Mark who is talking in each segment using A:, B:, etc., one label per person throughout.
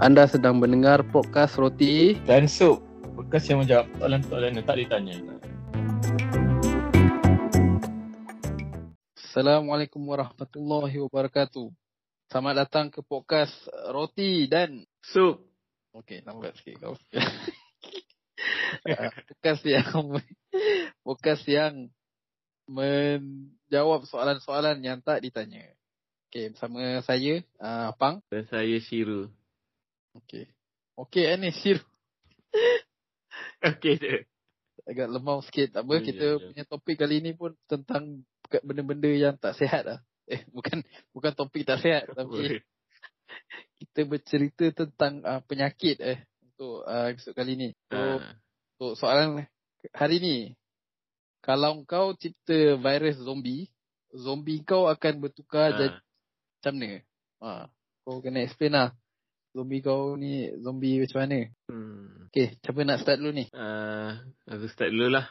A: Anda sedang mendengar podcast Roti.
B: Dan Sup Bekas yang menjawab soalan-soalan yang tak ditanya
A: Assalamualaikum warahmatullahi wabarakatuh. Selamat datang ke podcast uh, Roti dan
B: Sup
A: Okey, lambat sikit kau. Ah, podcast yang podcast yang menjawab soalan-soalan yang tak ditanya. Okey, bersama saya uh, Pang.
B: Dan saya Syiru
A: Okey. Okey Anisir.
B: Okay je
A: Agak lemah sikit tak apa.
B: Ya,
A: Kita
B: ya, ya.
A: punya topik kali ni pun tentang bukan- benda-benda yang tak sihat lah. Eh, bukan bukan topik tak sihat tapi kita bercerita tentang uh, penyakit eh untuk uh, episod kali ni. So,
B: Ah.
A: untuk soalan hari ni. Kalau kau cipta virus zombie, zombie kau akan
B: Ah.
A: bertukar jadi macam mana? Ha, kau kena explain lah. Zombie kau ni zombie macam mana?
B: hmm.
A: Okay, siapa nak start dulu ni?
B: uh, Aku start dulu lah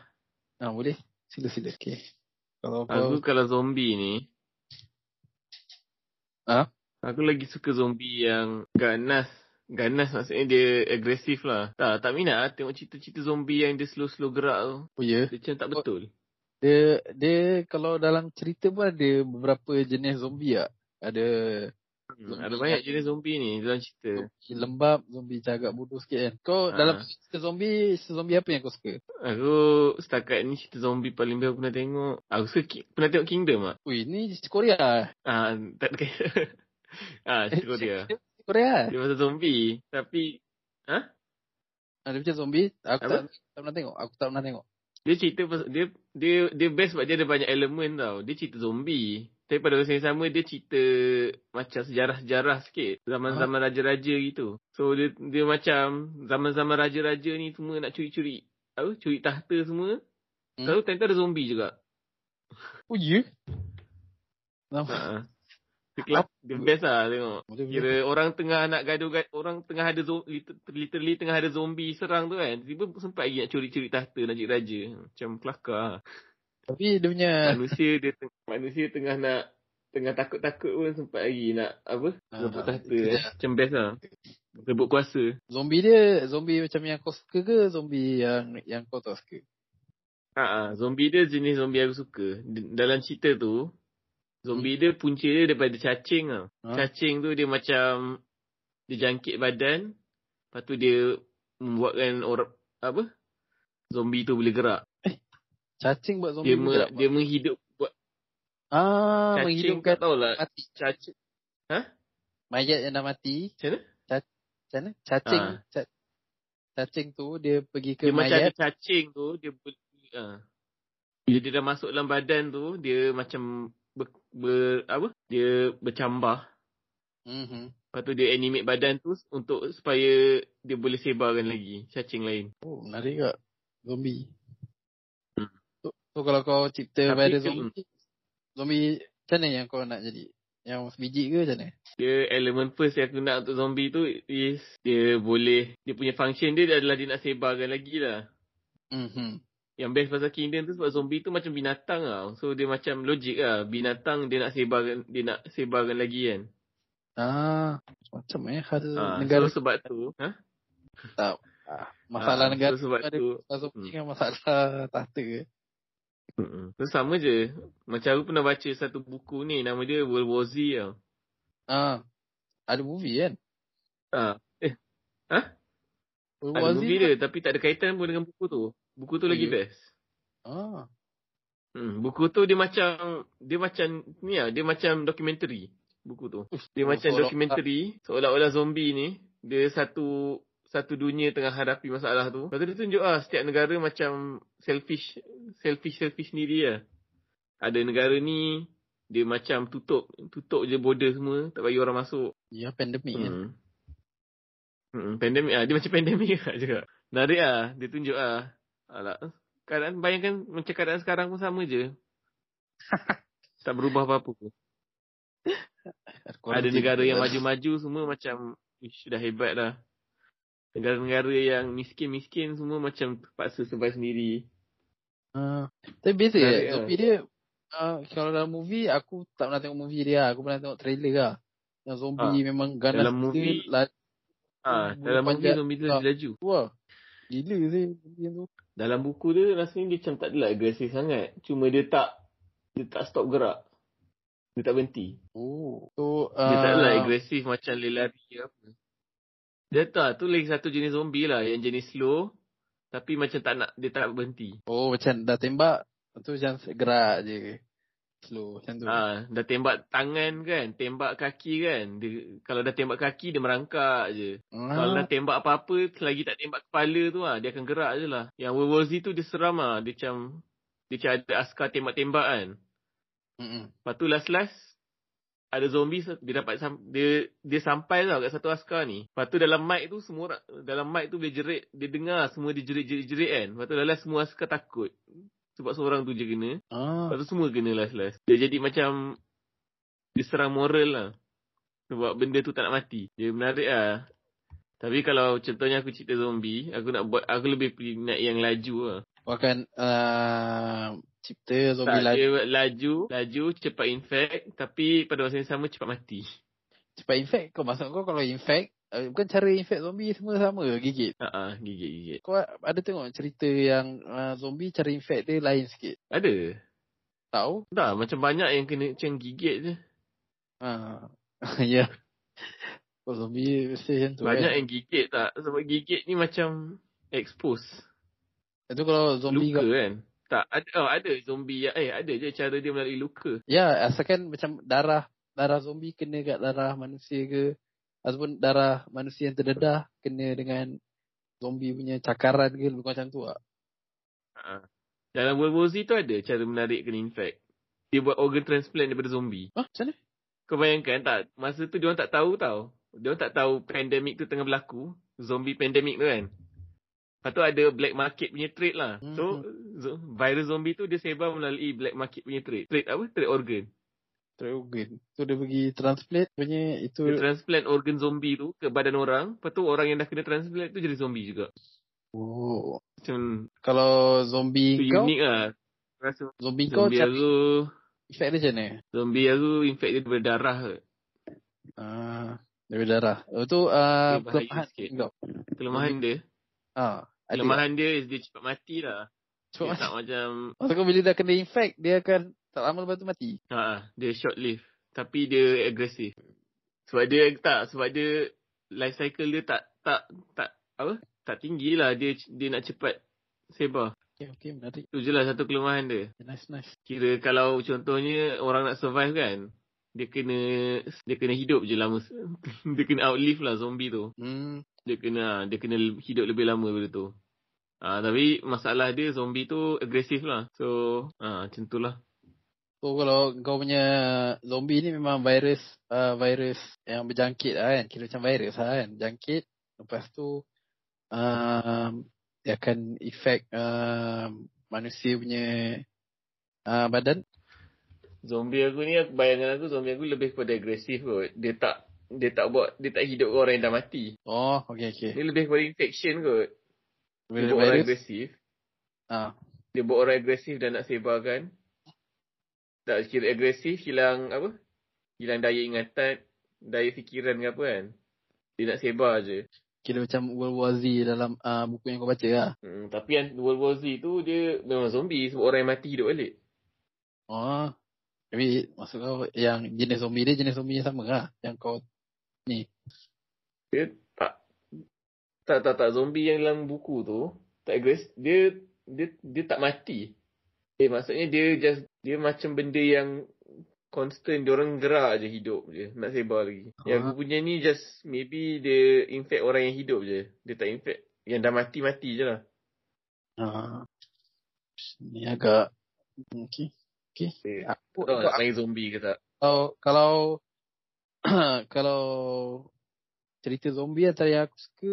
A: Ha, boleh? Sila-sila. Okay. Kalau
B: Aku
A: kau...
B: kalau zombie ni
A: Ha?
B: Aku lagi suka zombie yang ganas Ganas maksudnya dia agresif lah Tak, tak minat lah tengok cerita-cerita zombie yang dia slow-slow gerak tu
A: Oh, ya.
B: Dia macam tak betul
A: Dia, dia kalau dalam cerita pun ada beberapa jenis zombie tak? Ada
B: hmm. Ada banyak jenis zombie ni dalam cerita
A: zombie lembab, zombie cagak bodoh sikit kan. Kau
B: Ha.
A: dalam cerita zombie, zombie apa yang kau suka?
B: Aku setakat ni cerita zombie paling best aku pernah tengok. Aku suka ki- pernah tengok Kingdom tak?
A: Ui, ni Korea.
B: Ah, tak ada kaya. ah, cerita dia.
A: Korea. Ha,
B: Dia pasal zombie. Tapi ha?
A: Ada macam zombie. Aku
B: Apa?
A: tak, tak pernah tengok. Aku tak pernah tengok.
B: dia cerita pasal, dia dia dia best sebab dia ada banyak elemen tau. Dia cerita zombie. Tapi pada masa yang sama dia cerita macam sejarah-sejarah sikit. Zaman-zaman raja-raja gitu. So dia dia macam zaman-zaman raja-raja ni semua nak curi-curi. Apa? Curi tahta semua.
A: Hmm.
B: Lalu time tu ada zombie juga.
A: Oh, ya? Nampak.
B: Ha. Dia kelap- Dia best lah tengok. Kira orang tengah nak gaduh gad- orang tengah ada zo- liter- literally tengah ada zombie serang tu kan. Tiba sempat lagi nak curi-curi tahta nak jadi raja. Macam kelakar. lah.
A: Tapi dia punya...
B: Manusia dia teng- manusia tengah nak tengah takut-takut pun sempat lagi nak apa?
A: Ah,
B: Rebut tahta
A: itu
B: eh.
A: dia.
B: Macam best lah. Rebut kuasa.
A: Zombie dia, zombie macam yang kau suka ke zombie yang yang kau tak suka?
B: Ha ah, zombie dia jenis zombie aku suka. D- dalam cerita tu zombie dia punca dia daripada cacing ah.
A: Hmm. Ha?
B: Cacing tu dia macam dia jangkit badan. Lepas tu dia membuatkan orang apa? Zombie tu boleh gerak.
A: Cacing buat zombie
B: Dia me,
A: bergerak.
B: dia menghidup buat
A: ah,
B: cacing
A: menghidupkan
B: tak tahulah.
A: mati.
B: Cacing
A: Mayat yang dah mati.
B: Macam mana?
A: Ca- macam mana? Cacing.
B: Ah.
A: Ca- cacing tu dia pergi ke
B: dia macam ada
A: mayat.
B: cacing tu dia boleh ah. Bila dia dah masuk dalam badan tu dia macam ber, ber apa? Dia bercambah
A: Mhm.
B: Lepas tu dia animate badan tu untuk supaya dia boleh sebarkan lagi cacing lain.
A: Oh, menarik juga. Zombie.
B: Hmm.
A: So, so kalau kau cipta
B: Tapi kan-
A: virus
B: ke-
A: zombie, zombie macam mana yang kau nak jadi? Yang sebiji ke macam mana?
B: Dia elemen first yang aku nak untuk zombie tu is dia boleh, dia punya function dia adalah dia nak sebarkan lagi lah.
A: Mhm.
B: Yang best pasal Kingdom tu sebab zombie tu macam binatang lah. So dia macam logik lah. Binatang dia nak sebarkan, dia nak sebarkan lagi kan.
A: Ah, macam eh hal
B: Ha,
A: negara
B: so sebab tu, ha?
A: masalah
B: ha,
A: negara
B: So hmm. sebab
A: ada
B: tu,
A: masalah zombie dengan masalah tahta ke?
B: Mm-mm. so sama je. Macam aku pernah baca satu buku ni nama dia World War Z tau.
A: Ah, ada movie kan?
B: Ha,
A: World War Z
B: Ada movie
A: kan?
B: dia tapi tak ada kaitan pun dengan buku tu. Buku tu
A: Oh,
B: lagi
A: ya?
B: best.
A: Ah,
B: Hmm, buku tu dia macam dia macam ni lah, dia macam dokumentari buku tu. Dia
A: Oh,
B: macam
A: seolah-
B: dokumentari seolah-olah zombie ni dia satu satu dunia tengah hadapi masalah tu. Lepas tu dia tunjuk lah setiap negara macam selfish selfish selfish sendiri lah. Ada negara ni dia macam tutup tutup je border semua, tak bagi orang masuk.
A: ya pandemik kan?
B: Hmm. Hmm, pandemik ah, dia macam pandemik lah juga. Menarik ah, dia tunjuk ah. Alah, keadaan bayangkan macam keadaan sekarang pun sama je. tak berubah apa-apa. pun. Ada
A: Quarantine.
B: negara yang maju-maju semua macam ish, dah hebat dah. Negara-negara yang miskin-miskin semua macam terpaksa survive sendiri.
A: Ah, tapi beza ya,
B: Menarik lah.
A: zombie dia ah, kalau dalam movie aku tak pernah tengok movie dia, aku pernah tengok trailer lah. Yang zombie lah. memang ganas
B: Ah. dalam
A: gila,
B: movie-
A: la-
B: Ha,
A: Bulu
B: dalam movie
A: panjat.
B: zombie tu
A: Tak.
B: lagi laju.
A: Wah. Gila sih zombie yang tu.
B: Dalam buku dia rasanya dia macam tak adalah agresif sangat. Cuma dia tak dia tak stop gerak. Dia tak berhenti.
A: Oh. So,
B: Dia tak adalah
A: uh,
B: agresif macam lelari ke apa. Dia tak, tu lagi satu jenis zombie lah. Yang jenis slow. Tapi macam tak nak, dia tak nak berhenti.
A: oh macam dah tembak. Lepas tu macam gerak je. Slow macam tu.
B: Ha, dah tembak tangan kan, tembak kaki kan. Dia, kalau dah tembak kaki, dia merangkak je.
A: Ah,
B: Kalau dah tembak apa-apa, selagi tak tembak kepala tu ah, dia akan gerak je lah. Yang World War Z tu dia seram ah, dia macam dia macam ada askar tembak-tembak kan.
A: mm-mm.
B: Lepas tu last-last ada zombie sa- dia dapat sam- dia dia sampai tau kat satu askar ni. Lepas tu dalam mic tu semua orang- dalam mic tu boleh jerit, dia dengar semua dia jerit-jerit-jerit kan. Lepas tu last-last semua askar takut. Sebab seorang tu je kena.
A: Ah,
B: Lepas tu semua kena last-last. Dia jadi macam dia serang moral lah. Sebab benda tu tak nak mati. Dia menarik lah. Tapi kalau contohnya aku cerita zombie, aku nak buat aku lebih pilih nak yang laju lah.
A: Bukan uh, cipta zombie
B: tak,
A: laju.
B: dia laju, laju, cepat infect tapi pada masa yang sama cepat mati.
A: Cepat infect kau. Maksud kau kalau infect, uh, bukan cara infect zombie semua sama gigit.
B: Ha ah, gigit-gigit.
A: Kau ada tengok cerita yang uh, zombie cara infect dia lain sikit.
B: Ada.
A: Tahu?
B: Tak, macam banyak yang kena macam gigit je.
A: Ah. ya. Kau zombie mesti macam tu.
B: Banyak
A: Kan?
B: yang gigit tak. Sebab gigit ni macam expose.
A: Itu kalau zombie
B: luka
A: kau.
B: kan. Tak, ada, oh, ada zombie yang, eh ada je cara dia melalui luka.
A: Ya, asalkan macam darah darah zombie kena kat darah manusia ke ataupun darah manusia yang terdedah kena dengan zombie punya cakaran ke lebih kurang macam tu ah.
B: Ha. Dalam World War Z tu ada cara menarik kena infect. Dia buat organ transplant daripada zombie.
A: Hah, macam mana?
B: Kau bayangkan tak? Masa tu diorang tak tahu tau. Diorang tak tahu pandemik tu tengah berlaku. Zombie pandemik tu kan. Lepas tu ada black market punya trade lah.
A: Mhm.
B: So, zo- virus zombie tu dia sebar melalui black market punya trade. Trade apa? Trade organ.
A: Trogan. Tu dia pergi transplant punya itu
B: Dia transplant organ zombie tu ke badan orang. Lepas tu orang yang dah kena transplant tu jadi zombie juga.
A: oh.
B: Macam
A: Kalau zombie
B: tu
A: kau,
B: unik lah. Rasa
A: zombie kau
B: zombie
A: macam
B: aku,
A: effect dia macam mana?
B: zombie aku infect dia daripada darah ke.
A: Ah, daripada darah. Lepas tu ah
B: Dia bahaya
A: kelemahan
B: sikit.
A: kau.
B: Kelemahan dia.
A: Ah, Mhm. ada.
B: Kelemahan dia is dia cepat mati lah.
A: Cepat
B: dia
A: mati.
B: tak macam,
A: Maksud kau bila dah kena infect, dia akan tak lama lepas tu mati.
B: ha, dia short lived. Tapi dia agresif. Sebab dia tak, sebab dia life cycle dia tak, tak, tak, apa? Tak tinggi lah. Dia, dia nak cepat sebar.
A: Okay, okay, menarik.
B: Itu je lah satu kelemahan dia.
A: Nice, nice.
B: Kira kalau contohnya orang nak survive kan, dia kena dia kena hidup je lama. dia kena outlive lah zombie tu.
A: Hmm,
B: Dia kena ah, dia kena hidup lebih lama daripada tu. Ah tapi masalah dia zombie tu agresif lah. So ah macam tu lah.
A: so kalau kau punya zombie ni memang virus uh, virus yang berjangkit lah kan. Kira macam virus lah kan. Jangkit. Lepas tu um, dia akan efek um, manusia punya uh, badan.
B: Zombie aku ni aku bayangan aku zombie aku lebih kepada agresif kot. Dia tak dia tak buat dia tak hidup orang yang dah mati.
A: Oh, okay, okay.
B: Dia lebih kepada infection kot. Dia
A: Bila
B: buat orang
A: virus.
B: agresif.
A: Ah,
B: Dia buat orang agresif dan nak sebarkan. Tak kira agresif, hilang apa? Hilang daya ingatan, daya fikiran ke apa kan. Dia nak sebar je.
A: kira macam World War Z dalam uh, buku yang kau baca lah.
B: Hmm, tapi yang World War Z tu dia memang zombie sebab orang yang mati hidup balik.
A: Oh. Tapi maksud kau yang jenis zombie dia jenis zombie yang sama lah. Yang kau
B: Dia tak tak tak, tak zombie yang dalam buku tu tak agres dia dia dia tak mati. Eh maksudnya dia just dia macam benda yang constant dia orang gerak je hidup je nak sebar lagi. Yang
A: Ah.
B: aku punya ni just maybe dia infect orang yang hidup je. Dia tak infect yang dah mati mati je lah.
A: Ah. Ni agak okey. Okey.
B: Eh,
A: Aku
B: tak tahu
A: kau-
B: nak panggil zombie ke tak.
A: kalau kalau kalau cerita zombie antara yang aku suka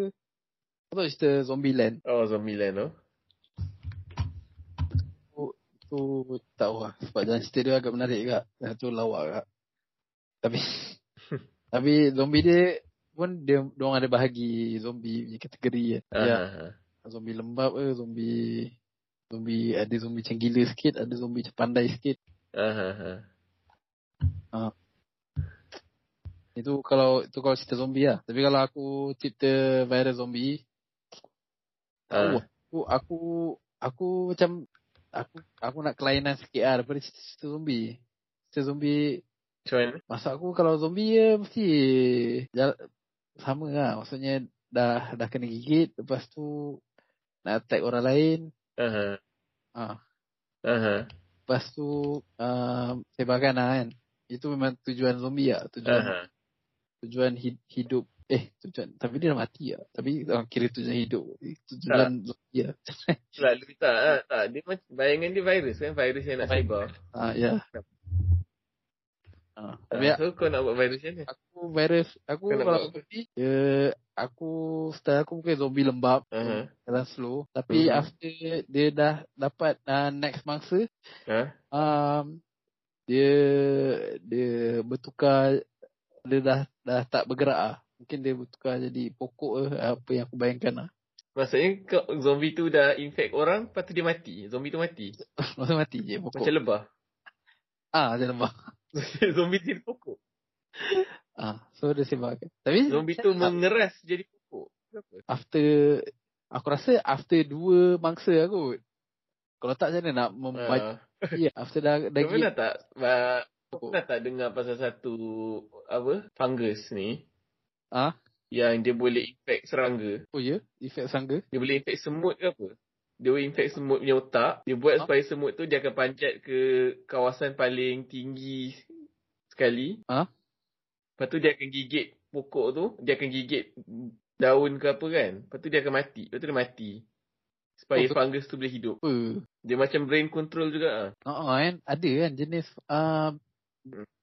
A: apa tahu cerita Zombieland
B: Oh zombie land tu.
A: tu tak tahu lah sebab jalan cerita dia agak menarik juga dan tu lawak juga tapi tapi zombie dia pun dia diorang ada bahagi zombie punya kategori kan.
B: Ha,
A: Ya.
B: ha, ha.
A: zombie lembab ke zombie zombie ada zombie macam gila sikit ada zombie
B: Ah,
A: macam pandai sikit
B: Ha, ha, ha.
A: Itu kalau itu kalau cerita zombie lah. Tapi kalau aku cerita virus zombie,
B: Ah.
A: tahu aku, aku aku macam aku aku nak kelainan sikit lah daripada cerita, cerita zombie. Cerita zombie
B: Macam mana?
A: masa aku kalau zombie dia mesti jala, sama lah. Maksudnya dah dah kena gigit lepas tu nak attack orang lain.
B: Aha.
A: Ah,
B: Aha.
A: lepas tu uh, sebarkan lah kan. Itu memang tujuan zombie lah. Tujuan
B: Aha.
A: tujuan hid- hidup eh tujuan tapi dia dah mati lah. tapi orang kira tujuan hidup Eh, tujuan zombie lah.
B: Selalu tak, ah, tak. Dia macam, bayangan dia virus kan? Virus yang nak sebar.
A: ah ya ah tapi
B: Ah, so kau nak buat virus macam mana?
A: aku virus aku
B: Kau nak
A: kalau
B: buat
A: aku pergi ya aku style aku mungkin zombie lembab
B: Aha.
A: jalan slow tapi
B: Mhm.
A: after dia dah dapat uh, next mangsa
B: Ha?
A: um, dia dia bertukar dia dah dah tak bergerak ah mungkin dia bertukar jadi pokok ah, apa yang aku bayangkan ah
B: Maksudnya kau, zombie tu dah infect orang, lepas tu dia mati. Zombie tu mati.
A: masa mati je pokok
B: Macam lebah.
A: ah macam lembab
B: zombie jadi pokok.
A: Ah, so dia sebarkan. Tapi
B: Zombie
A: ah,
B: tu mengeras jadi pokok. Kenapa?
A: after aku rasa after dua mangsa aku. Kalau tak macam mana nak membagi
B: Ah.
A: uh, after dah dah
B: Kau pernah
A: gigit
B: tak uh,
A: pokok.
B: pernah tak dengar pasal satu apa fungus ni
A: Ah,
B: yang dia boleh infect serangga.
A: oh ya, yeah, efek sangga.
B: Dia boleh infect semut ke apa? Dia boleh infect semut punya otak. Dia buat
A: Ah.
B: supaya semut tu dia akan panjat ke kawasan paling tinggi sekali.
A: Ah.
B: Lepas tu dia akan gigit pokok tu. Dia akan gigit daun ke apa kan. Lepas tu dia akan mati. Lepas tu dia mati. Supaya
A: Oh, so-
B: fungus tu boleh hidup.
A: Apa?
B: Dia macam brain control juga ah.
A: Ha ah, kan, ada kan jenis ah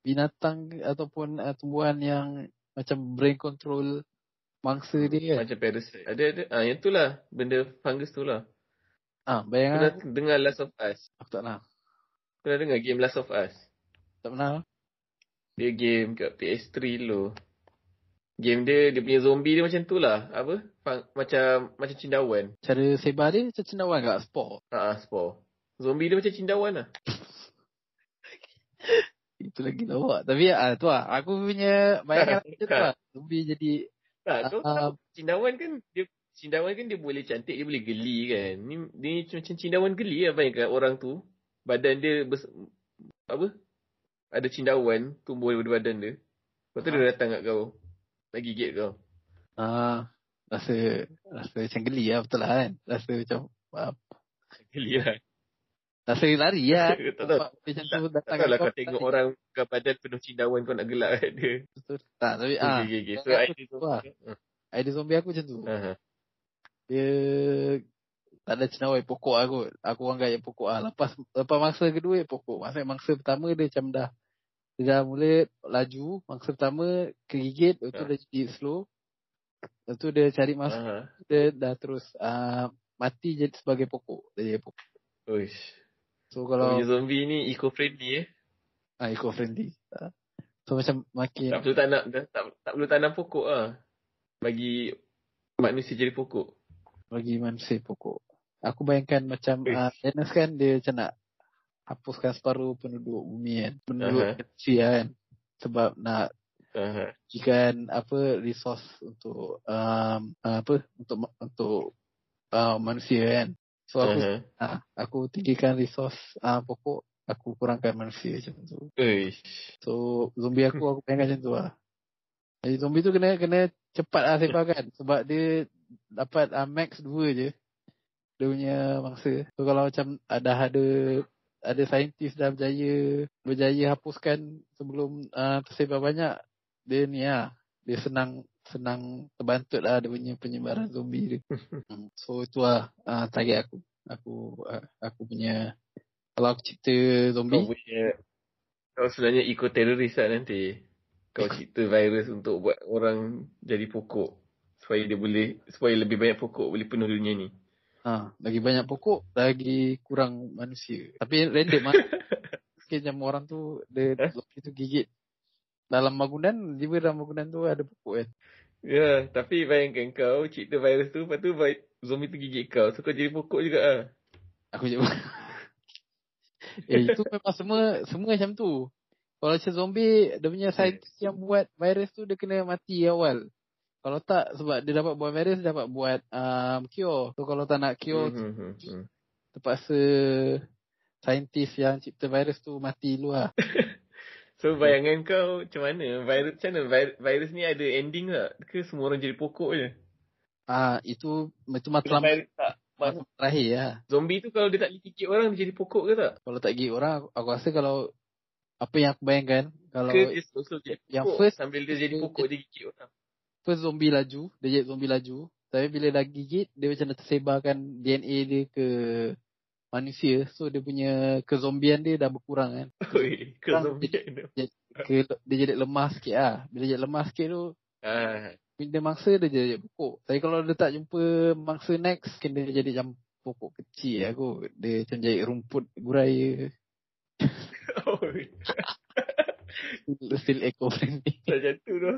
A: binatang ataupun ah, tumbuhan yang macam brain control mangsa dia kan.
B: Macam parasite. Ada ada. Ah yang tu lah benda fungus tu lah.
A: Ah,
B: Kau
A: bayangan
B: dah dengar Last of Us?
A: aku tak pernah.
B: Kau dah dengar game Last of Us?
A: Tak pernah.
B: Dia game kat PS3 dulu. Game dia, dia punya zombie dia macam tu lah. Apa? Fang, macam macam cindawan.
A: Cara sebar dia macam cendawan kat sport.
B: Haa, Ah, spore. Zombie dia macam cindawan lah.
A: Itu lagi lawak. Tapi ah tu lah. Aku punya bayangan aku macam tu lah. Zombie jadi
B: Tak, kau
A: ah,
B: tahu cindawan kan dia cindawan kan dia boleh cantik, dia boleh geli kan. Ni dia macam cindawan geli lah bayangkan orang tu. Badan dia bes, apa? Ada cindawan tumbuh daripada badan dia. Lepas tu dia datang kat kau. Nak gigit kau.
A: ah, rasa rasa macam geli lah betul lah kan. Rasa macam ah,
B: Geli lah.
A: rasa lari lah.
B: Tak tahu.
A: Nampak Macam tu datang
B: Tak tahu lah
A: kat
B: kau tengok orang kat badan penuh cindawan kau nak gelak kat dia.
A: betul. Tak tapi ah,
B: Okay, okay, okay. So,
A: Aku
B: idea tu.
A: tu lah. idea zombie aku macam tu.
B: Aha.
A: Dia tak ada cenawai pokok aku. Aku orang gaya pokok lah. Lepas lepas mangsa kedua eh, pokok. Maksudnya mangsa pertama dia macam dah dia dah mula laju. Mangsa pertama kegigit. Lepas tu
B: Ah.
A: dia jadi slow. Lepas tu dia cari mangsa
B: Aha.
A: dia dah terus ah, mati jadi sebagai pokok. Dia jadi pokok.
B: Uish.
A: So
B: Kau
A: kalau
B: punya zombie ni eco-friendly eh.
A: ah, eco-friendly. Ah. So macam
B: Tak
A: makin
B: perlu tanam, dah, tak, tak perlu tanam pokok lah. Bagi manusia jadi pokok.
A: bagi manusia pokok. Aku bayangkan macam
B: Eh.
A: uh, Thanos kan dia macam nak hapuskan separuh penduduk bumi kan. Penduduk
B: Aha.
A: kecil kan. Sebab nak
B: Aha.
A: jadikan apa resource untuk um, uh, apa untuk ma- untuk uh, manusia kan. So aku
B: Aha.
A: uh, aku tinggikan resource uh, pokok, aku kurangkan manusia macam tu.
B: Uish.
A: So zombie aku aku bayangkan macam tu lah. Jadi zombie tu kena kena cepat lah sebarkan sebab dia dapat uh, max 2 je dia punya mangsa. So kalau macam ah, dah ada ada saintis dah berjaya berjaya hapuskan sebelum uh, tersebar banyak dia ni lah dia senang senang terbantut lah dia punya penyebaran zombie dia. Hmm. So itu lah uh, target aku. Aku uh, aku punya kalau aku cerita
B: Kau
A: zombie
B: punya, kau sebenarnya eco-terrorist lah nanti. Kau cipta virus untuk buat orang jadi pokok. Supaya dia boleh, supaya lebih banyak pokok boleh penuh dunia ni.
A: Ha, lagi banyak pokok, lagi kurang manusia. Tapi random lah. Mungkin macam orang tu, dia
B: Eh?
A: zombie tu gigit. Dalam bangunan, tiba dalam bangunan tu ada pokok kan.
B: Ya, tapi bayangkan kau cipta virus tu, lepas tu vi- zombie tu gigit kau. So kau jadi pokok juga ah.
A: Aku cakap. eh, itu memang semua, semua macam tu. Kalau macam zombie, dia punya saintis yang buat virus tu dia kena mati awal. Kalau tak sebab dia dapat buat virus, dia dapat buat um, cure. So kalau tak nak cure,
B: Hmm, hmm, hmm, hmm.
A: terpaksa saintis yang cipta virus tu mati dulu lah.
B: So bayangan kau macam mana? Virus macam mana? Virus, virus ni ada ending tak? Ke semua orang jadi pokok je?
A: Ah itu itu
B: Kalau
A: matlamat
B: virus tak.
A: matlamat terakhir lah.
B: Zombie tu kalau dia tak boleh gigit orang dia jadi pokok ke tak?
A: Kalau tak gigit orang, aku, aku rasa kalau apa yang aku bayangkan, kalau
B: Ke dia slow-slow jadi pokok
A: yang first-
B: sambil dia jadi pokok dia gigit orang.
A: first zombie laju, dia jadi zombie laju. Tapi bila dah gigit, dia macam dah tersebarkan DNA dia ke manusia. So dia punya kezombian dia dah berkurang kan.
B: Oi, ke
A: Orang
B: zombie kan tu.
A: Ke, dia jadi lemah sikit lah. Bila jadi lemah sikit tu,
B: Ah,
A: benda mangsa dia jadi pokok. Tapi kalau dia tak jumpa mangsa next, kena dia jadi macam pokok kecil lah kot. Dia macam jadi rumput guraya.
B: oi,
A: Still eco-friendly.
B: dah jatuh tu.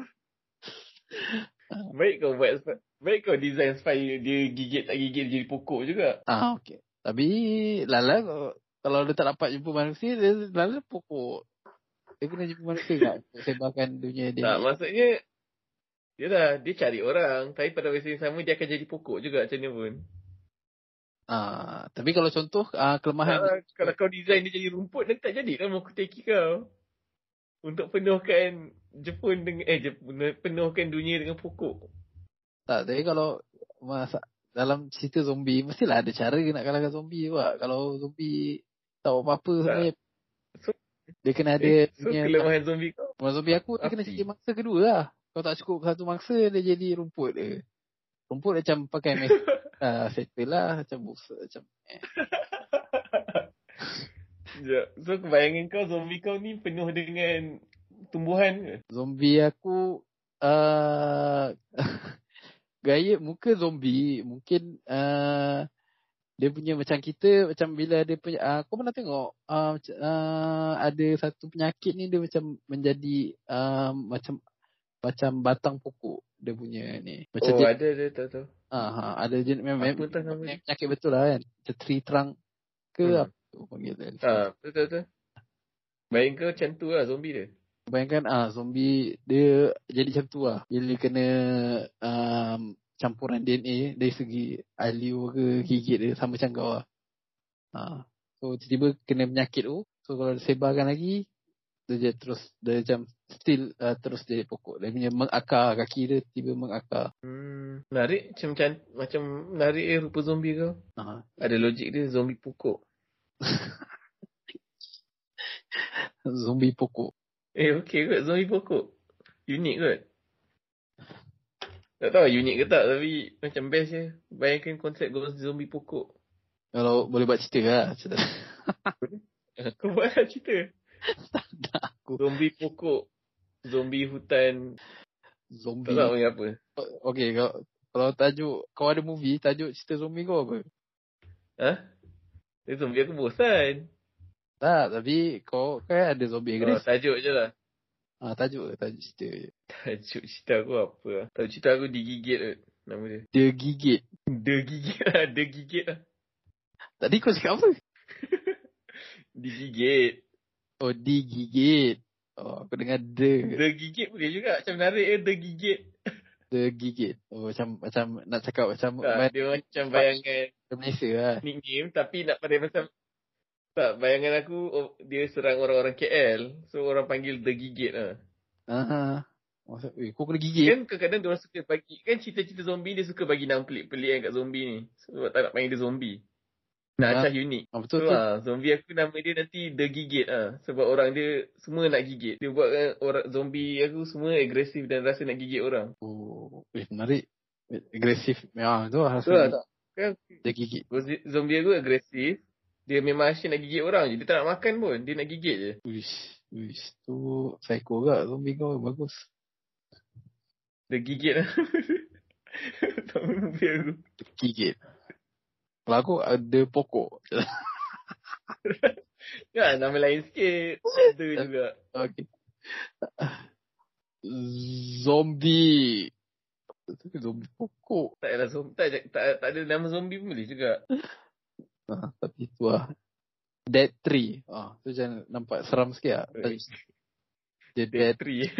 B: Baik kau buat sp- Baik kau design supaya dia gigit tak gigit jadi pokok juga.
A: Ah, okey. Tapi Lala kalau, kalau dia tak dapat jumpa manusia, dia Lala pokok. Dia kena jumpa manusia tak untuk sebarkan dunia dia.
B: Tak, maksudnya Yalah, dia cari orang. Tapi pada masa yang sama, dia akan jadi pokok juga macam ni pun.
A: Ah, tapi kalau contoh ah, kelemahan
B: Kalau, kalau kau design dia jadi rumput, nanti tak jadi lah Mokuteki kau. Untuk penuhkan Jepun dengan, eh, Jepun, penuhkan dunia dengan pokok.
A: tak. Tapi kalau masa, dalam cerita zombie, mestilah ada cara nak kalahkan zombie juga. Kalau zombie tak buat apa-apa sebenarnya.
B: So-
A: dia kena ada
B: Eh, so,
A: punya,
B: kelemahan zombie kau.
A: kalau zombie aku dia kena
B: Api.
A: jadi mangsa kedua lah. Kalau tak cukup satu mangsa dia jadi rumput dia. Rumput dia macam pakai mes ah, settle lah macam boxer macam
B: Sekejap. So, kebayangan kau, zombie kau ni penuh dengan tumbuhan ke?
A: Zombie aku uh, gaya muka zombie mungkin uh, dia punya macam kita macam bila dia punya uh, kau pernah tengok uh, macam, uh, ada satu penyakit ni dia macam menjadi uh, macam macam batang pokok dia punya ni macam
B: oh,
A: dia
B: ada, ada, tahu, tahu.
A: ah ha, ada je memang
B: Apa entah nama dia?
A: penyakit betul lah kan macam tree trunk ke
B: Hmm.
A: apa tu panggil dia
B: Ah, betul, betul, betul. Bayangkan kau macam tu lah zombie dia.
A: Bayangkan ah zombie dia jadi macam tu lah. Bila kena um, campuran DNA dari segi aliu ke gigit dia sama macam kau lah. Ah. So tiba-tiba kena penyakit tu. So kalau disebarkan lagi dia jadi terus dia macam still uh, terus jadi pokok. Dia punya mengakar kaki dia tiba mengakar.
B: Hmm, menarik macam macam macam menarik eh rupa zombie kau.
A: Ah.
B: Ada logik dia zombie pokok.
A: Zombie pokok.
B: Eh okey kot zombie pokok. Unik kot. Tak tahu lah unik ke tak tapi macam best je. Bayangkan konsep kau zombie pokok.
A: Kalau boleh buat cerita lah. Cerita.
B: Kau buat lah cerita.
A: aku.
B: Zombie pokok. Zombie hutan. Tak
A: Zombie.
B: tahu panggil apa.
A: Okay kau. Kalau tajuk, kau ada movie, tajuk cerita zombie kau apa?
B: Ha? Dia zombie aku bosan.
A: Tak, tapi kau kan ada zombie
B: Oh,
A: agresif.
B: tajuk je lah.
A: Ah, tajuk ke tajuk cerita je.
B: Tajuk cerita aku apa lah. Tajuk cerita aku digigit kot. Nama dia.
A: Dia gigit.
B: Dia gigit lah. Dia gigit lah.
A: Tadi kau cakap apa?
B: Digigit.
A: Oh, digigit. Oh, aku dengar de.
B: Dia gigit boleh juga. Macam menarik eh. Dia gigit.
A: De gigit. Oh, macam macam nak cakap macam
B: Tak, dia macam bayangkan
A: bahasa Malaysia lah.
B: nickname tapi nak pada macam tak, bayangan aku oh, dia serang orang-orang KL. So orang panggil The Gigit lah.
A: Aha. Maksud, eh, kau kena
B: Yeah.
A: gigit.
B: Kan kadang-kadang dia orang suka bagi, kan cerita-cerita zombie dia suka bagi nama pelik-pelik kan kat zombie ni. Sebab tak nak panggil dia zombie. Nak
A: Ah,
B: acah unik.
A: Ah, betul
B: So,
A: tu.
B: lah, zombie aku nama dia nanti The Gigit lah. Sebab orang dia semua nak gigit. Dia buat kan orang, zombie aku semua agresif dan rasa nak gigit orang.
A: Oh, eh, menarik. Eh, Agresif. Ya, tu lah.
B: So lah,
A: rasa
B: tak. Kan
A: Dia gigit.
B: Zombie zombie aku agresif. Dia memang asyik nak gigit orang je. Dia tak nak makan pun. Dia nak gigit je.
A: Uish, uish. Tu psycho ke zombie kau bagus.
B: Dia gigit lah. tak main movie aku.
A: Gigit. Kalau aku ada pokok.
B: Ya, nama lain sikit. Ada juga.
A: Okay. Zombie. Itu ke zombie pokok.
B: Tak ada zombie. Tak, tak, tak ada nama zombie pun boleh juga.
A: Ha, Ah,
B: Eh,
A: tapi itu lah. Dead Tree. Ha, tu macam nampak seram sikit lah. Tajuk, The
B: Dead
A: Dead,
B: Tree.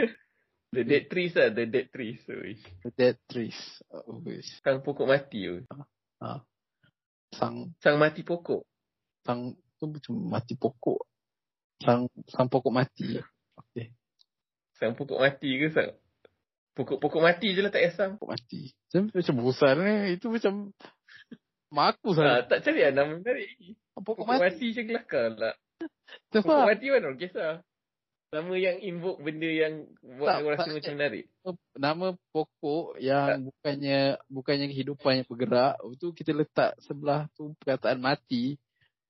B: the Dead Trees lah. The Dead Trees. Oi.
A: the dead Trees. Oh, wish.
B: Sang pokok mati. Oi.
A: Ha. Sang
B: Sang mati pokok.
A: sang tu macam mati pokok. Sang sang pokok mati. Okey,
B: Sang pokok mati ke sang? Pokok-pokok mati je lah tak payah sang.
A: pokok mati. Macam macam bosan eh. Itu macam mak aku
B: Ha,
A: sangat.
B: tak cari lah nama menarik.
A: Ah, pokok,
B: Pokok
A: mati.
B: mati je kelakar lah.
A: Tu
B: Pokok
A: faham?
B: mati mana orang kisah. Sama yang invoke benda yang buat
A: Tak,
B: orang rasa
A: tak-
B: macam menarik.
A: nama pokok yang bukannya bukannya kehidupan yang bergerak tu kita letak sebelah tu perkataan mati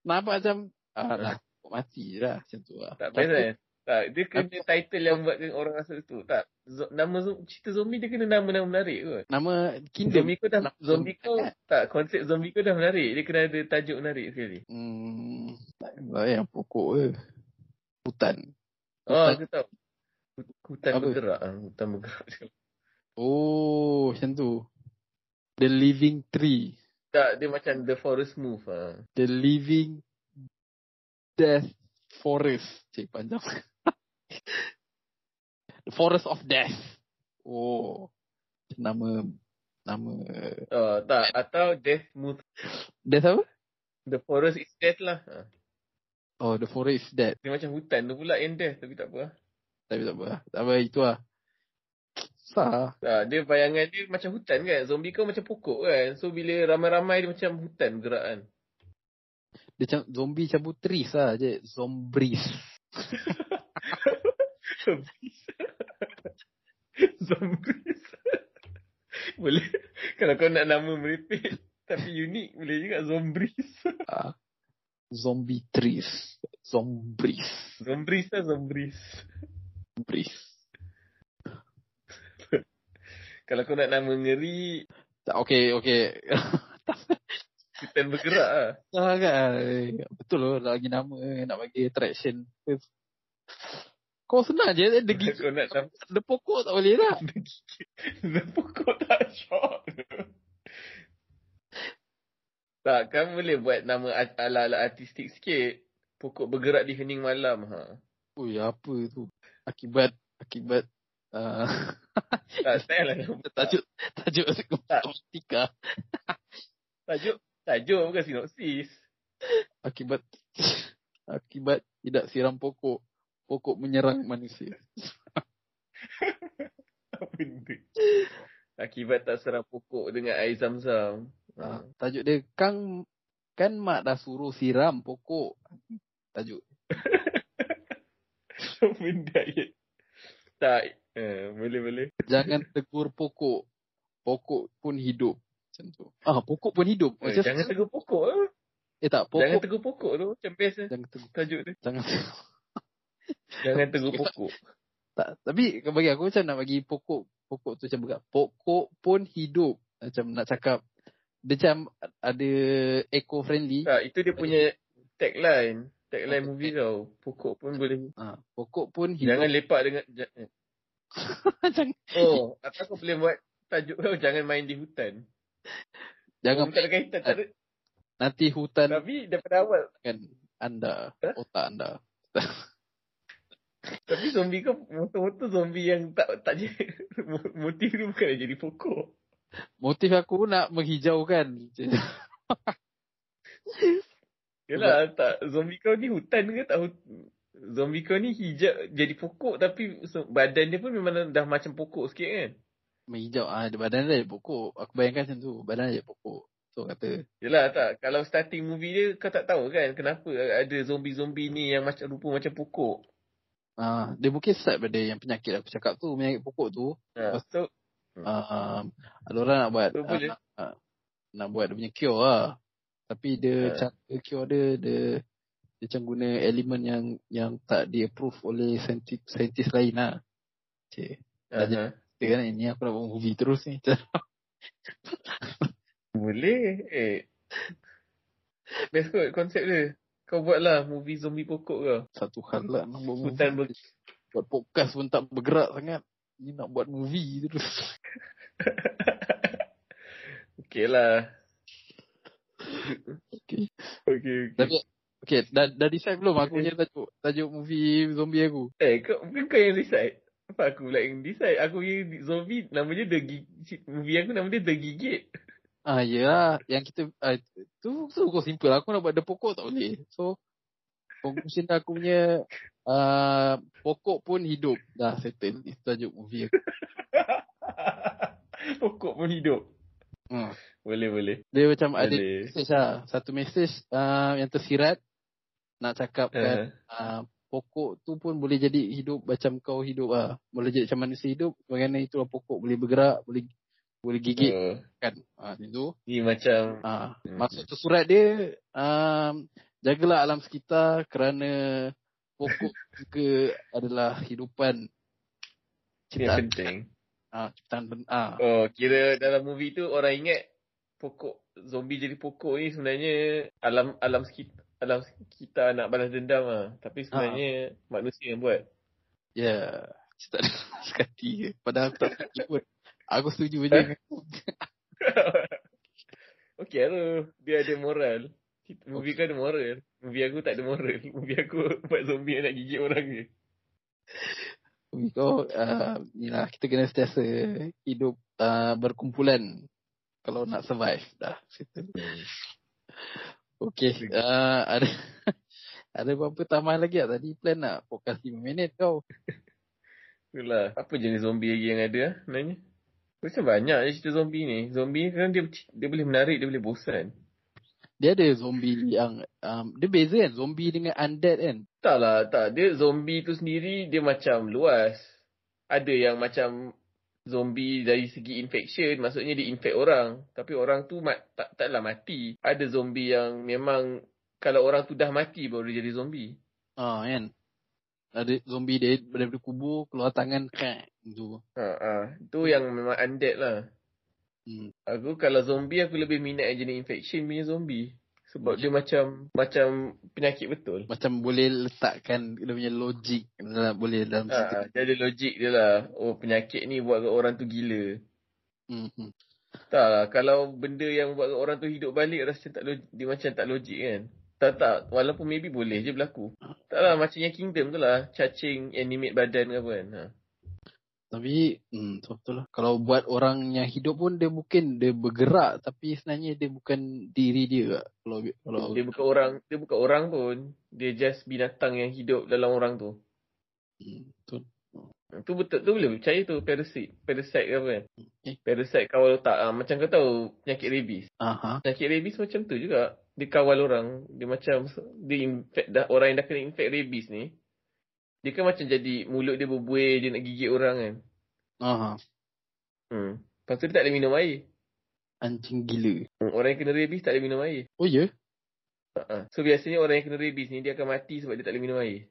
A: nampak macam ah lah pokok mati je lah macam tu lah
B: Tak best kan? Tak, dia kena
A: Aku-
B: title yang buat orang rasa tu. Tak, zo- nama zo- cerita zombie dia kena nama-nama menarik kot.
A: nama kingdom
B: Zombie kau dah,
A: Nama
B: zombie kau,
A: zombie.
B: tak, konsep zombie kau dah menarik. Dia kena ada tajuk menarik sekali.
A: hmm tak payah yang pokok ke hutan
B: Oh,
A: Hutan.
B: aku tahu. Hut- Hutan
A: Apa?
B: bergerak. ah, Hutan bergerak.
A: oh macam tu the living tree
B: tak, dia macam The Forest Move. Ah.
A: the living death forest cik panjang the forest of death oh nama nama
B: Oh, tak, atau Death Move.
A: death apa
B: The Forest is Death lah. Ah.
A: oh the forest is dead
B: Dia macam hutan tu pula yang death tapi tak apa. ah.
A: tapi tak apa lah. tak apa itu lah sah
B: Ha, dia bayangan dia macam hutan kan. Zombie kau macam pokok kan. So bila ramai-ramai dia macam hutan bergerak kan.
A: dia macam zombie cabut trees lah je zombries
B: Zombies. Zombies. boleh. Kalau kau nak nama merepek tapi unik boleh juga zombies.
A: ah zombie trees zombries
B: zombies lah zombies.
A: zombies
B: Kalau kau nak nama ngeri,
A: tak okay okay
B: hutan bergerak lah.
A: Dah kan. Eh, Betul lah lagi nama eh, nak bagi attraction. Eh, Kau senang je eh,
B: Kalau
A: degi
B: kau nak nama
A: the pokok tak boleh lah.
B: The pokok tak syok Tak, kan boleh buat nama a- ala-ala artistik sikit. Pokok bergerak di hening malam. Ha.
A: Ui apa tu? Akibat akibat uh,
B: Tak, saya lah nama.
A: tajuk tajuk matematika
B: Tajuk, tajuk bukan sinopsis.
A: akibat akibat tidak siram pokok pokok menyerang manusia.
B: Apa benda? Akibat tak serap pokok dengan air zam-zam.
A: Ah,
B: Ha.
A: tajuk dia Kang kan mak dah suruh siram pokok. Tajuk
B: Apa benda ya? Tak, eh, boleh-boleh.
A: Jangan tegur pokok. Pokok pun hidup. Macam tu. Ah, pokok pun hidup.
B: Eh,
A: Macam
B: jangan tegur pokok lah.
A: eh tak, pokok
B: Jangan tegur pokok tu. Macam best lah
A: jangan tegur.
B: tajuk dia.
A: Jangan tegur.
B: Jangan tegur pokok.
A: Tak, tapi bagi aku macam nak bagi pokok pokok tu macam berat. Pokok pun hidup. Macam nak cakap dia macam ada eco friendly.
B: Tak, itu dia punya tagline. Tagline movie tau. Pokok pun boleh.
A: Ah, pokok pun
B: Jangan
A: hidup.
B: lepak dengan... ja- eh.
A: jangan
B: Oh, atau kau boleh buat tajuk kau jangan main di hutan.
A: jangan
B: Oh, tak ada kaitan. Tak ada.
A: nanti hutan
B: Tapi daripada awal.
A: kan anda,
B: Hah?
A: otak anda.
B: Tapi zombie kau motor-motor zombie yang tak tak je. mo- Motif dia bukan nak jadi pokok.
A: Motif aku nak menghijaukan.
B: Yalah, tak. Zombie kau ni hutan ke tak hut Zombie kau ni hijab jadi pokok tapi so- badan dia pun memang dah macam pokok sikit kan.
A: menghijau ah dia badan dia ada pokok aku bayangkan macam tu badan dia ada pokok so kata
B: Yelah tak, kalau starting movie dia kau tak tahu kan kenapa ada zombie-zombie ni yang macam rupa macam pokok.
A: ah dia mungkin start pada yang penyakit aku cakap tu penyakit pokok tu
B: Ha, so,
A: ah ada orang nak buat ah,
B: so boleh.
A: nak, ah, nak buat dia punya cure lah tapi dia
B: Ah.
A: cara cure dia dia dia macam guna elemen yang yang tak di approve oleh saintis, saintis lain lah Cik,
B: Aha.
A: kita kan ini aku nak buat movie terus ni
B: Boleh. Eh. Best kot konsep dia. Kau buatlah movie zombie pokok kau.
A: satu hal lah nak buat movie
B: Hutan ber
A: buat podcast pun tak bergerak sangat ni nak buat movie terus
B: Okey lah.
A: Okey.
B: Okey, okey.
A: Tapi Okay, dah, dah decide belum aku punya tajuk, tajuk movie zombie aku?
B: Eh, kau, bukan kau yang decide. Apa aku pula yang decide? Aku yang zombie, nama dia The Gigit. Movie aku nama dia The Gigit.
A: Ah, ya Yang kita, ah, tu, tu kau simple. Aku nak buat The Pokok tak boleh. So, conclusion aku punya, ah, Pokok pun hidup. Dah settle. Itu tajuk movie aku.
B: Pokok pun hidup.
A: Hmm.
B: Boleh, boleh.
A: Dia macam ada
B: Boleh.
A: message lah. Satu message ah, yang tersirat. Nak cakapkan,
B: Uh,
A: uh, pokok tu pun boleh jadi hidup macam kau hidup lah. Boleh jadi macam manusia hidup, bagaimana itulah pokok boleh bergerak, boleh boleh gigit
B: uh,
A: kan. Ha, macam tu.
B: ni macam
A: Ha,
B: Hmm.
A: maksud tu surat dia, um, jagalah alam sekitar kerana pokok juga adalah hidupan
B: ni
A: ciptaan,
B: yang penting.
A: ha, ciptaan ben- ha.
B: Oh, kira dalam movie tu orang ingat pokok zombie jadi pokok ni sebenarnya alam alam sekitar alam kita nak balas dendam lah. Tapi sebenarnya manusia yang buat.
A: Ya, yeah. ciptaan sekali je. Padahal aku tak setuju pun. Aku setuju je dengan
B: okay lah. Dia ada moral. Movie kau ada moral. Movie aku tak ada moral. Movie aku buat zombie yang nak gigit orang je.
A: Bagi kau uh, Inilah kita kena sentiasa Hidup uh, berkumpulan Kalau nak survive Dah settle Okay uh, Ada Ada apa-apa tambahan lagi tak Tadi plan nak Podcast 5 minit kau
B: Itulah. Apa jenis zombie lagi yang ada ah, sebenarnya? Macam banyak je cerita zombie ni. Zombie ni kadang dia, dia boleh menarik, dia boleh bosan.
A: Dia ada zombie yang um, Dia beza kan Zombie dengan undead kan
B: Tak lah, tak. Dia zombie tu sendiri, dia macam luas. Ada yang macam zombie dari segi infection, maksudnya dia infect orang. Tapi orang tu mat, tak, taklah mati. Ada zombie yang memang kalau orang tu dah mati baru dia jadi zombie.
A: ah, kan Ada zombie dia Daripada kubur Keluar tangan Kak Itu
B: Ha, ha. Tu yang memang undead lah.
A: hmm.
B: Aku kalau zombie, aku lebih minat yang jenis infection punya zombie. Sebab dia macam macam penyakit betul.
A: Macam boleh letakkan Dia punya logik dalam- Boleh dalam situ
B: Ha, dia ada logik dia lah. Oh penyakit ni buat kat orang tu gila.
A: hmm. hmm.
B: Tak lah, kalau benda yang buat orang tu hidup balik rasa tak logik, dia macam tak logik kan. Tak tak, walaupun maybe boleh je berlaku. Tak lah, macam yang Kingdom tu lah, cacing animate badan ke apa kan. Ha.
A: Tapi hmm, tu betul lah. Kalau buat orang yang hidup pun dia mungkin dia bergerak tapi sebenarnya dia bukan diri dia kak. Kalau kalau
B: Dia bukan orang, dia bukan orang pun. Dia just binatang yang hidup dalam orang tu.
A: hmm, tu.
B: Tu betul, tu boleh percaya tu parasite. Parasite ke apa kan.
A: Okay.
B: Parasite kawal otak. Ha, macam kau tahu penyakit rabies.
A: Aha.
B: Penyakit rabies macam tu juga. Dia kawal orang. Dia macam, dia infect, dah, orang yang dah kena infect rabies ni. Dia kan macam jadi mulut dia berbuih, dia nak gigit orang kan.
A: Aha.
B: Hmm. Lepas tu dia tak boleh minum air.
A: Anjing gila.
B: Hmm, Orang yang kena rabies tak boleh minum air.
A: Oh ya. Yeah?
B: Ha-ha. So biasanya orang yang kena rabies ni dia akan mati sebab dia tak boleh minum air.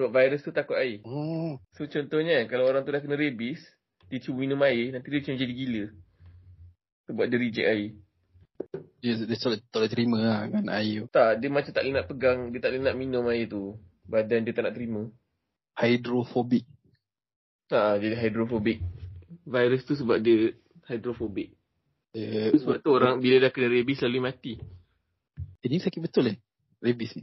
B: Sebab virus tu takut air.
A: Oh.
B: So contohnya kan, kalau orang tu dah kena rabies, dia cuba minum air, nanti dia macam jadi gila. Sebab dia reject air.
A: Dia dia tak boleh- tak boleh terima lah kan air. tu.
B: Tak, dia macam tak boleh nak pegang, dia tak boleh nak minum air tu. Badan dia tak nak terima.
A: Hydrophobic.
B: Ha, jadi hydrophobic. Virus tu sebab dia hydrophobic.
A: Dia,
B: Sebab tu orang bila dah kena rabies selalu mati.
A: ini sakit betul eh? Rabies ni.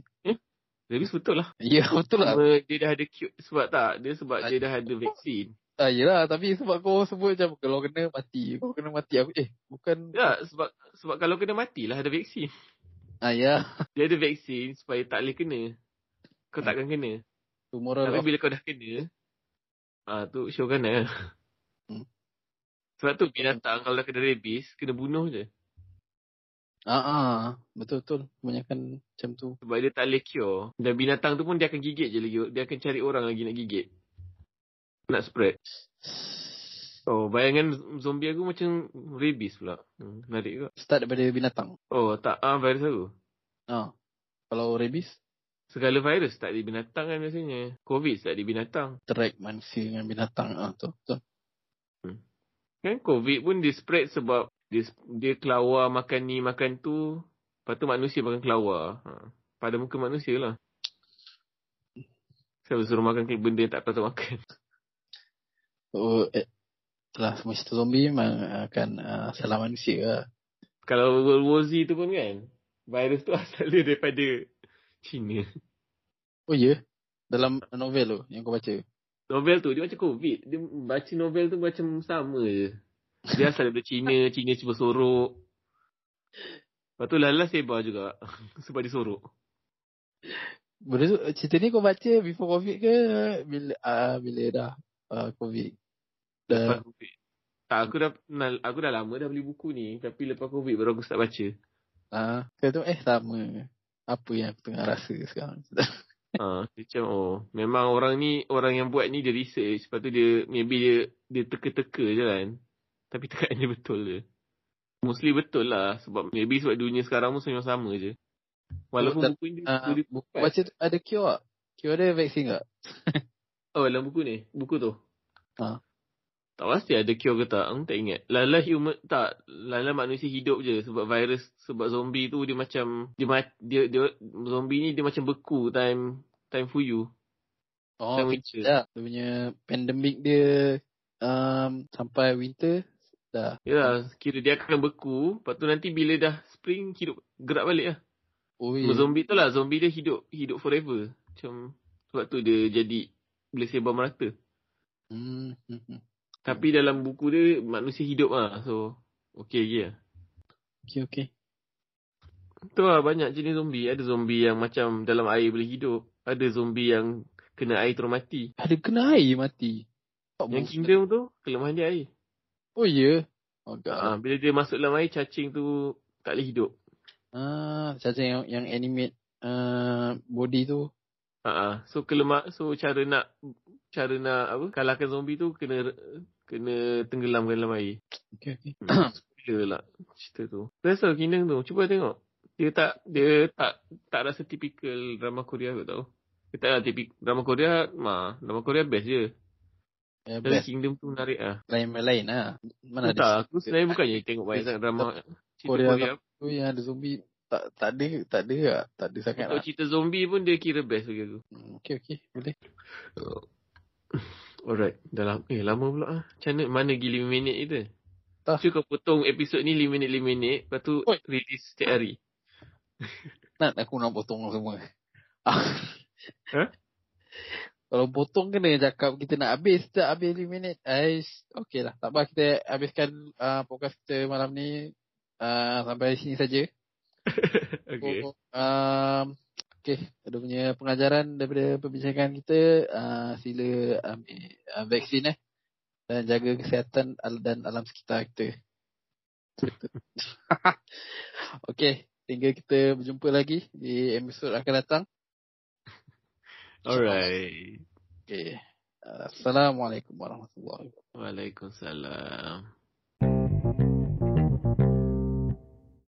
B: Rabies betul lah.
A: Ya betul lah.
B: Cuma dia dah ada cure. Sebab tak, dia sebab dia dah ada vaksin.
A: Ah, yelah tapi sebab kau sebut macam kalau kena mati. Kau kena mati aku eh bukan
B: Ya, sebab sebab kalau kena matilah ada vaksin.
A: ah ya
B: Dia ada vaksin supaya tak boleh kena. Kau takkan kena.
A: tomorrow lah.
B: Tapi bila kau dah kena, ah tu show kanan lah.
A: Hmm.
B: Sebab tu binatang kalau dah kena rabies, kena bunuh je.
A: Ah, ah betul betul kebanyakan macam tu.
B: Sebab dia tak boleh cure. Dan binatang tu pun dia akan gigit je lagi. Dia akan cari orang lagi nak gigit. Nak spread. Oh, bayangan zombie aku macam rabies pula. Hmm, menarik juga.
A: Start daripada binatang.
B: Oh, tak. Ah, virus aku.
A: Ha. Kalau rabies,
B: Segala virus tak di binatang kan biasanya. Covid tak di binatang.
A: track manusia dengan binatang. Ah, tu, tu.
B: Kan COVID pun dia spread sebab dia, dia keluar makan ni, makan tu. Lepas tu manusia makan keluar. Ha. Pada muka manusia lah. Saya suruh makan benda yang tak patut makan.
A: So, eh, telah semua cerita zombie memang akan uh, salah manusia lah.
B: Kalau World War Z tu pun kan. Virus tu asal dia daripada Cina.
A: Oh ya? Yeah? Dalam novel tu yang kau baca?
B: Novel tu dia macam COVID. Dia baca novel tu macam sama je. Dia asal daripada Cina, Cina cuba sorok. Lepas tu Lala sebar juga sebab dia sorok.
A: Benda tu, cerita ni kau baca before COVID ke bila ah uh, bila dah uh, COVID?
B: Lepas
A: Dah
B: COVID. Tak, aku dah aku dah lama dah beli buku ni tapi lepas COVID baru aku start baca.
A: ah uh, tu eh sama. Apa yang aku tengah rasa sekarang.
B: Ha, dia macam oh memang orang ni orang yang buat ni dia research lepas tu dia maybe dia dia teka-teka je kan. Tapi tekaan dia betul je. Mostly betul lah sebab maybe sebab dunia sekarang pun semua sama je. Walaupun
A: Tak-
B: buku ni
A: Ah,
B: buku dia
A: buku baca tu ada cure tak? Cure dia vaksin tak?
B: Oh dalam buku ni buku tu.
A: Ha.
B: Tak pasti ada cure ke tak. Aku tak ingat. Lala human tak. Lala manusia hidup je sebab virus sebab zombie tu dia macam dia ma- dia, dia zombie ni dia macam beku time time fuyu.
A: Oh,
B: time
A: winter.
B: winter.
A: Dia punya pandemik dia um, sampai winter dah.
B: Yalah, kira dia akan beku, lepas tu nanti bila dah spring hidup gerak balik lah.
A: Ui.
B: Yeah. Zombie tu lah, zombie dia hidup hidup forever. Macam sebab tu dia jadi boleh sebar merata.
A: Hmm. hmm, hmm.
B: Tapi dalam buku dia manusia hidup lah. So okay je. lah.
A: Okey okey.
B: Tu lah banyak jenis zombie. Ada zombie yang macam dalam air boleh hidup. Ada zombie yang kena air terus mati.
A: Ada kena air mati. Tak
B: Yang
A: boleh.
B: kingdom tu kelemahan dia air.
A: Oh ya. Yeah. Oh
B: Ha,
A: god.
B: bila dia masuk dalam air cacing tu tak boleh hidup.
A: Ah, cacing yang yang animate uh, body tu.
B: Ha, ha. so kelemak so cara nak cara nak apa kalahkan zombie tu kena kena tenggelamkan dalam air.
A: Okey okey.
B: Hmm. Spoiler lah cerita tu. Rasa Kingdom tu cuba tengok. Dia tak dia tak tak rasa tipikal drama Korea kot tau. Dia tak ada tipik drama Korea mah drama Korea best je.
A: Eh,
B: Tapi
A: best
B: Kingdom tu menarik ah.
A: lain-lain lah. Mana
B: tak,
A: ada
B: aku sebenarnya bukannya tengok banyak sangat drama cerita
A: Korea
B: Korea. Korea.
A: tu yang Oh, ya, ada zombie tak tak ada tak ada lah. tak ada sangat
B: Untuk
A: lah.
B: cerita zombie pun dia kira best bagi aku.
A: Hmm, Okey okey boleh.
B: Oh. Alright, dah lama, eh, lama pula ah. Macam mana, mana gila 5 minit kita?
A: Tak.
B: Cuba kau potong episod ni 5 minit 5 minit, lepas tu
A: Oi.
B: release setiap hari.
A: Nat aku nak potong semua. Ah.
B: Huh?
A: Kalau potong kena cakap kita nak habis tak habis 5 minit. Aish, okey lah. Tak apa kita habiskan uh, podcast kita malam ni uh, sampai sini saja.
B: okay.
A: So, um, okay. Ada punya pengajaran daripada perbincangan kita. Uh, sila ambil uh, vaksin eh. Dan jaga kesihatan al- dan alam sekitar kita. okay. Sehingga kita berjumpa lagi di episod akan datang.
B: Alright.
A: Okay. Assalamualaikum warahmatullahi wabarakatuh.
B: Waalaikumsalam.